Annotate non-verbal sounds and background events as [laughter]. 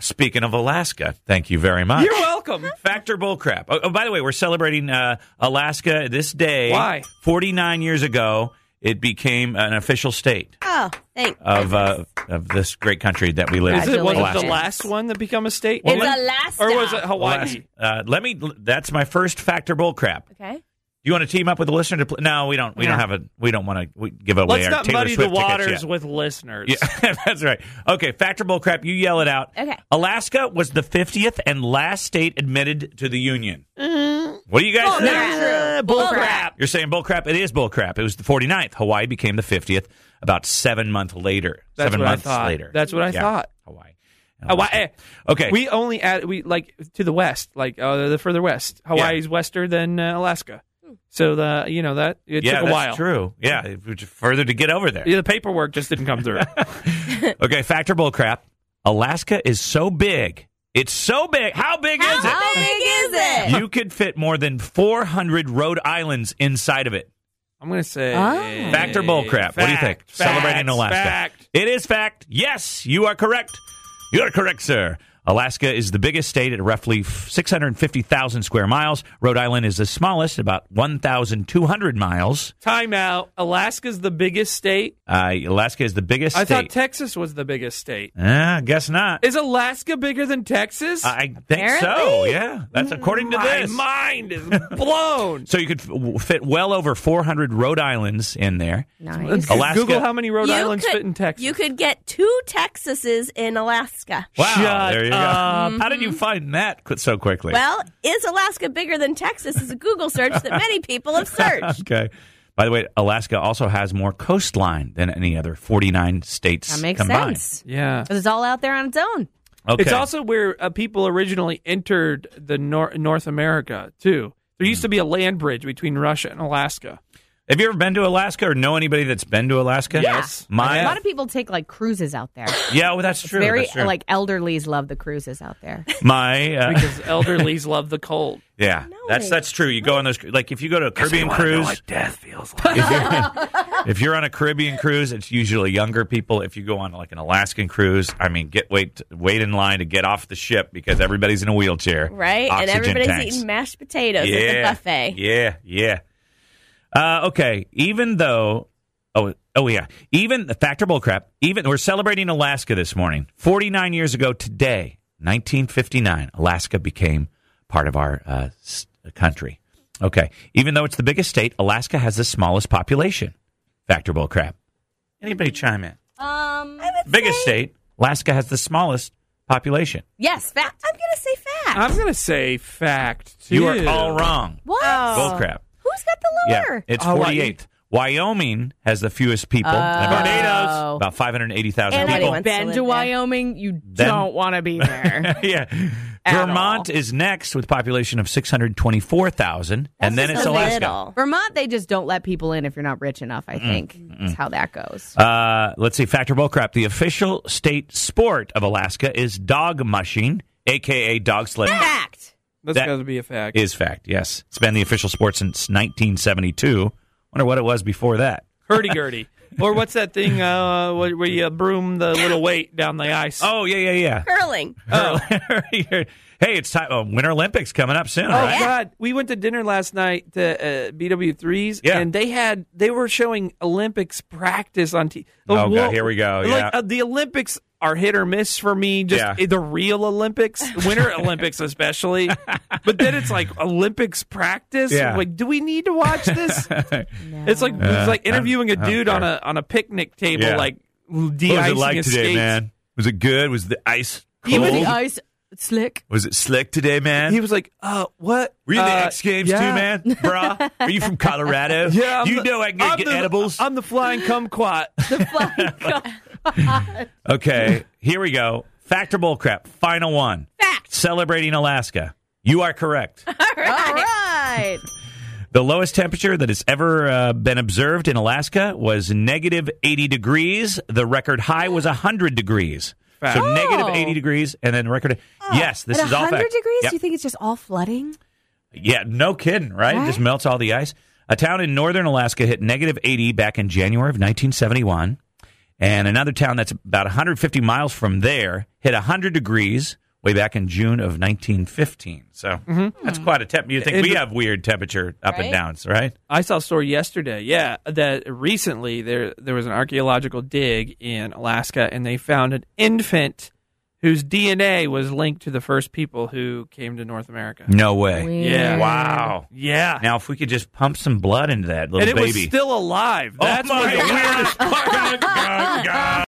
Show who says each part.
Speaker 1: Speaking of Alaska, thank you very much.
Speaker 2: You're welcome.
Speaker 1: Factor bullcrap. Oh, oh, by the way, we're celebrating uh, Alaska this day.
Speaker 2: Why?
Speaker 1: 49 years ago, it became an official state
Speaker 3: Oh, thanks.
Speaker 1: of uh, of this great country that we live
Speaker 2: Is
Speaker 1: in.
Speaker 2: it, was it
Speaker 1: Alaska.
Speaker 2: the last one that become a state?
Speaker 3: It's
Speaker 2: Or-
Speaker 3: Alaska.
Speaker 2: Or was it Hawaii?
Speaker 1: Alaska. Uh, let me. That's my first factor bullcrap.
Speaker 3: Okay.
Speaker 1: Do you want to team up with the listener to play? No, we don't. We don't
Speaker 2: Yeah.
Speaker 1: have a. We don't want to give away
Speaker 2: Let's
Speaker 1: our
Speaker 2: not
Speaker 1: Taylor
Speaker 2: muddy
Speaker 1: Swift
Speaker 2: the waters
Speaker 1: tickets yet.
Speaker 2: with listeners.
Speaker 1: Yeah, [laughs] that's right. Okay, factor bullcrap. You yell it out.
Speaker 3: Okay.
Speaker 1: Alaska was the 50th and last state admitted to the union.
Speaker 3: Mm-hmm.
Speaker 1: What do you guys think?
Speaker 2: Uh, bull crap.
Speaker 1: You're saying bullcrap. It is bullcrap. It was the 49th. Hawaii became the 50th about seven months later.
Speaker 2: That's
Speaker 1: seven
Speaker 2: what I
Speaker 1: months
Speaker 2: thought.
Speaker 1: later.
Speaker 2: That's what I
Speaker 1: Yeah,
Speaker 2: thought.
Speaker 1: Hawaii.
Speaker 2: Hawaii. eh,
Speaker 1: Okay.
Speaker 2: We only add we like to the west, like uh, the further west. Hawaii's wester than uh, Alaska, so the you know that it
Speaker 1: yeah,
Speaker 2: took a
Speaker 1: that's
Speaker 2: while.
Speaker 1: true. Yeah, it was further to get over there.
Speaker 2: Yeah, the paperwork just didn't
Speaker 1: [laughs]
Speaker 2: come through.
Speaker 1: Okay, factor bullcrap. Alaska is so big. It's so big. How big is it?
Speaker 3: How big is it?
Speaker 1: You could fit more than 400 Rhode Islands inside of it.
Speaker 2: I'm gonna say
Speaker 3: Oh.
Speaker 1: Fact or bullcrap? What do you think?
Speaker 2: Fact,
Speaker 1: Celebrating
Speaker 2: fact,
Speaker 1: Alaska.
Speaker 2: fact.
Speaker 1: It is fact. Yes, you are correct. You are correct, sir. Alaska is the biggest state at roughly f- 650,000 square miles. Rhode Island is the smallest, about 1,200 miles.
Speaker 2: Time out. Alaska's the biggest state.
Speaker 1: Uh, Alaska is the biggest
Speaker 2: I thought
Speaker 1: state.
Speaker 2: Texas was the biggest state.
Speaker 1: Ah, guess not.
Speaker 2: Is Alaska bigger than Texas?
Speaker 1: I think so.
Speaker 3: Apparently.
Speaker 1: Yeah, that's according to
Speaker 2: My
Speaker 1: this.
Speaker 2: mind is blown.
Speaker 3: [laughs]
Speaker 1: So you could f- w- fit well over 400 Rhode Islands in there.
Speaker 3: Nice.
Speaker 1: Alaska.
Speaker 2: Google how many Rhode
Speaker 3: You
Speaker 2: Islands
Speaker 3: could-
Speaker 2: fit in Texas.
Speaker 3: You could get two Texases in Alaska.
Speaker 1: Wow,
Speaker 2: Shut
Speaker 1: there you go.
Speaker 2: up.
Speaker 1: How did you find that qu- so quickly?
Speaker 3: Well, is Alaska bigger than Texas? Is a Google search that many people have
Speaker 1: [laughs]
Speaker 3: searched.
Speaker 1: okay. By the way, Alaska also has more coastline than any other 49 states
Speaker 3: That makes
Speaker 1: combined.
Speaker 3: sense.
Speaker 2: Yeah.
Speaker 3: Because it's all out there on its own.
Speaker 1: Okay.
Speaker 2: It's also where uh, people originally entered the nor- North America too. There used to be a land bridge between Russia and Alaska.
Speaker 1: Have you ever been to Alaska or know anybody that's been to Alaska?
Speaker 2: Yes.
Speaker 1: My,
Speaker 4: A lot of people take like cruises out there.
Speaker 1: yeah, well, that's true.
Speaker 4: Very
Speaker 1: that's true.
Speaker 4: like elderlies love the cruises out there.
Speaker 1: [laughs] my
Speaker 3: [laughs]
Speaker 1: uh, [laughs]
Speaker 2: Because elderlies love the cold.
Speaker 1: yeah, that's that's true. You go on those like if you go to a Caribbean cruise,
Speaker 2: death feels like.
Speaker 1: if you're,
Speaker 3: [laughs]
Speaker 1: if you're on a Caribbean cruise, it's usually younger people. If you go on like an Alaskan cruise, I mean, get wait wait in line to get off the ship because everybody's in a wheelchair,
Speaker 3: Right? and
Speaker 1: Oxygen
Speaker 3: everybody's
Speaker 1: tanks.
Speaker 3: eating mashed potatoes [laughs]
Speaker 1: yeah,
Speaker 3: at the buffet.
Speaker 1: Yeah, yeah. Uh, okay, even though. Oh, oh yeah. Even the factor bull crap. Even we're celebrating Alaska this morning. Forty nine years ago today, nineteen fifty nine, Alaska became part of our uh, s- country. Okay. Even though it's the biggest state, Alaska has the smallest population. Factor bull crap. Anybody chime in?
Speaker 3: Um,
Speaker 1: Biggest state, Alaska has the smallest population.
Speaker 3: yes, fact. I'm going to say fact.
Speaker 2: I'm gonna say fact too.
Speaker 1: You are all wrong.
Speaker 3: what?
Speaker 1: Bull crap.
Speaker 3: Who's got the
Speaker 1: Yeah,
Speaker 3: lower?
Speaker 1: it's
Speaker 2: Hawaii.
Speaker 1: 48th. Wyoming has the fewest people. about,
Speaker 4: Tornadoes.
Speaker 1: About 580,000
Speaker 3: Oh. And I
Speaker 1: people. [laughs]
Speaker 3: went-
Speaker 4: Been
Speaker 3: live
Speaker 4: to
Speaker 3: there.
Speaker 4: Wyoming, you don't want to be there.
Speaker 1: yeah.
Speaker 4: At
Speaker 1: Vermont is next with population of 624,000 and then
Speaker 3: That's
Speaker 1: it's
Speaker 3: a
Speaker 1: Alaska.
Speaker 3: little.
Speaker 4: Vermont, they just don't let people in if you're not rich enough.
Speaker 1: Mm,
Speaker 4: I think that's how that goes.
Speaker 1: Uh, let's see factor bullcrap. The official state sport of Alaska is dog mushing, aka dog sledding.
Speaker 3: Fact.
Speaker 2: That's
Speaker 1: That
Speaker 2: got to be a fact.
Speaker 1: Is fact. Yes. It's been the official sport since 1972. Wonder what it was before that.
Speaker 2: Hurdy gurdy, or what's that thing uh, where where you broom the little weight down the ice?
Speaker 1: Oh, yeah, yeah, yeah.
Speaker 3: Curling.
Speaker 1: [laughs] hey, it's time. Oh, Winter Olympics coming up soon,
Speaker 2: Oh
Speaker 1: right?
Speaker 2: God! We went to dinner last night to uh, BW threes,
Speaker 1: Yeah.
Speaker 2: and they had they were showing Olympics practice on TV.
Speaker 1: Oh, God, here we go,
Speaker 2: Like
Speaker 1: yeah.
Speaker 2: uh, the Olympics are hit or miss for me. Just
Speaker 1: Yeah.
Speaker 2: eh, the real Olympics, Winter
Speaker 1: [laughs]
Speaker 2: Olympics especially. But then it's like Olympics practice.
Speaker 1: Yeah. Uh,
Speaker 2: Like, do we need to
Speaker 1: [laughs]
Speaker 2: watch this? It's like it's like interviewing a dude on a on a picnic table,
Speaker 1: Yeah.
Speaker 2: like de-icing
Speaker 1: What was it like
Speaker 2: his
Speaker 1: today,
Speaker 2: skates.
Speaker 1: man? Was it good? Was the ice cold?
Speaker 2: Even
Speaker 4: the ice [laughs] slick.
Speaker 1: was it slick today, man?
Speaker 2: He was like, "Uh, what?
Speaker 1: Were you in the
Speaker 2: Uh,
Speaker 1: X Games
Speaker 2: yeah.
Speaker 1: too,
Speaker 2: [laughs]
Speaker 1: man? Bruh? Are you from Colorado?
Speaker 2: Yeah, I'm
Speaker 1: you
Speaker 2: the-
Speaker 1: know I can go
Speaker 2: I'm
Speaker 1: get
Speaker 2: the-
Speaker 1: edibles.
Speaker 2: I'm the flying kumquat.
Speaker 4: [laughs]
Speaker 1: okay, here we go. Factor bullcrap. Final one.
Speaker 3: Fact.
Speaker 1: Celebrating Alaska. You are
Speaker 2: [laughs]
Speaker 1: correct.
Speaker 4: All right.
Speaker 1: The lowest temperature that has ever uh, been observed in Alaska was negative 80 degrees. The record high was 100 degrees.
Speaker 2: Fact.
Speaker 1: So negative
Speaker 4: Oh.
Speaker 1: 80 degrees, and then record.
Speaker 2: Oh,
Speaker 1: yes, this
Speaker 4: At
Speaker 1: is all fact.
Speaker 4: 100 degrees,
Speaker 1: Yep.
Speaker 4: do you think it's just all flooding?
Speaker 1: Yeah, no kidding, right? It just melts all the ice. A town in northern Alaska hit negative 80 back in January of 1971. And another town that's about 150 miles from there hit 100 degrees way back in June of 1915. So that's quite a temp. You think
Speaker 2: Mm-hmm. It-
Speaker 1: we have weird temperature up and
Speaker 3: Right?
Speaker 1: downs, right?
Speaker 2: [laughs] I saw a story yesterday, yeah, that recently there there was an archaeological dig in Alaska and they found an infant whose DNA was linked to the first people who came to North America.
Speaker 1: No way.
Speaker 2: Yeah.
Speaker 1: Wow.
Speaker 2: Yeah.
Speaker 1: Now, if we could just pump some blood into that little
Speaker 2: and it was
Speaker 1: baby.
Speaker 2: still alive. That's [laughs]
Speaker 1: oh my
Speaker 2: what the weirdest
Speaker 1: God. God, God.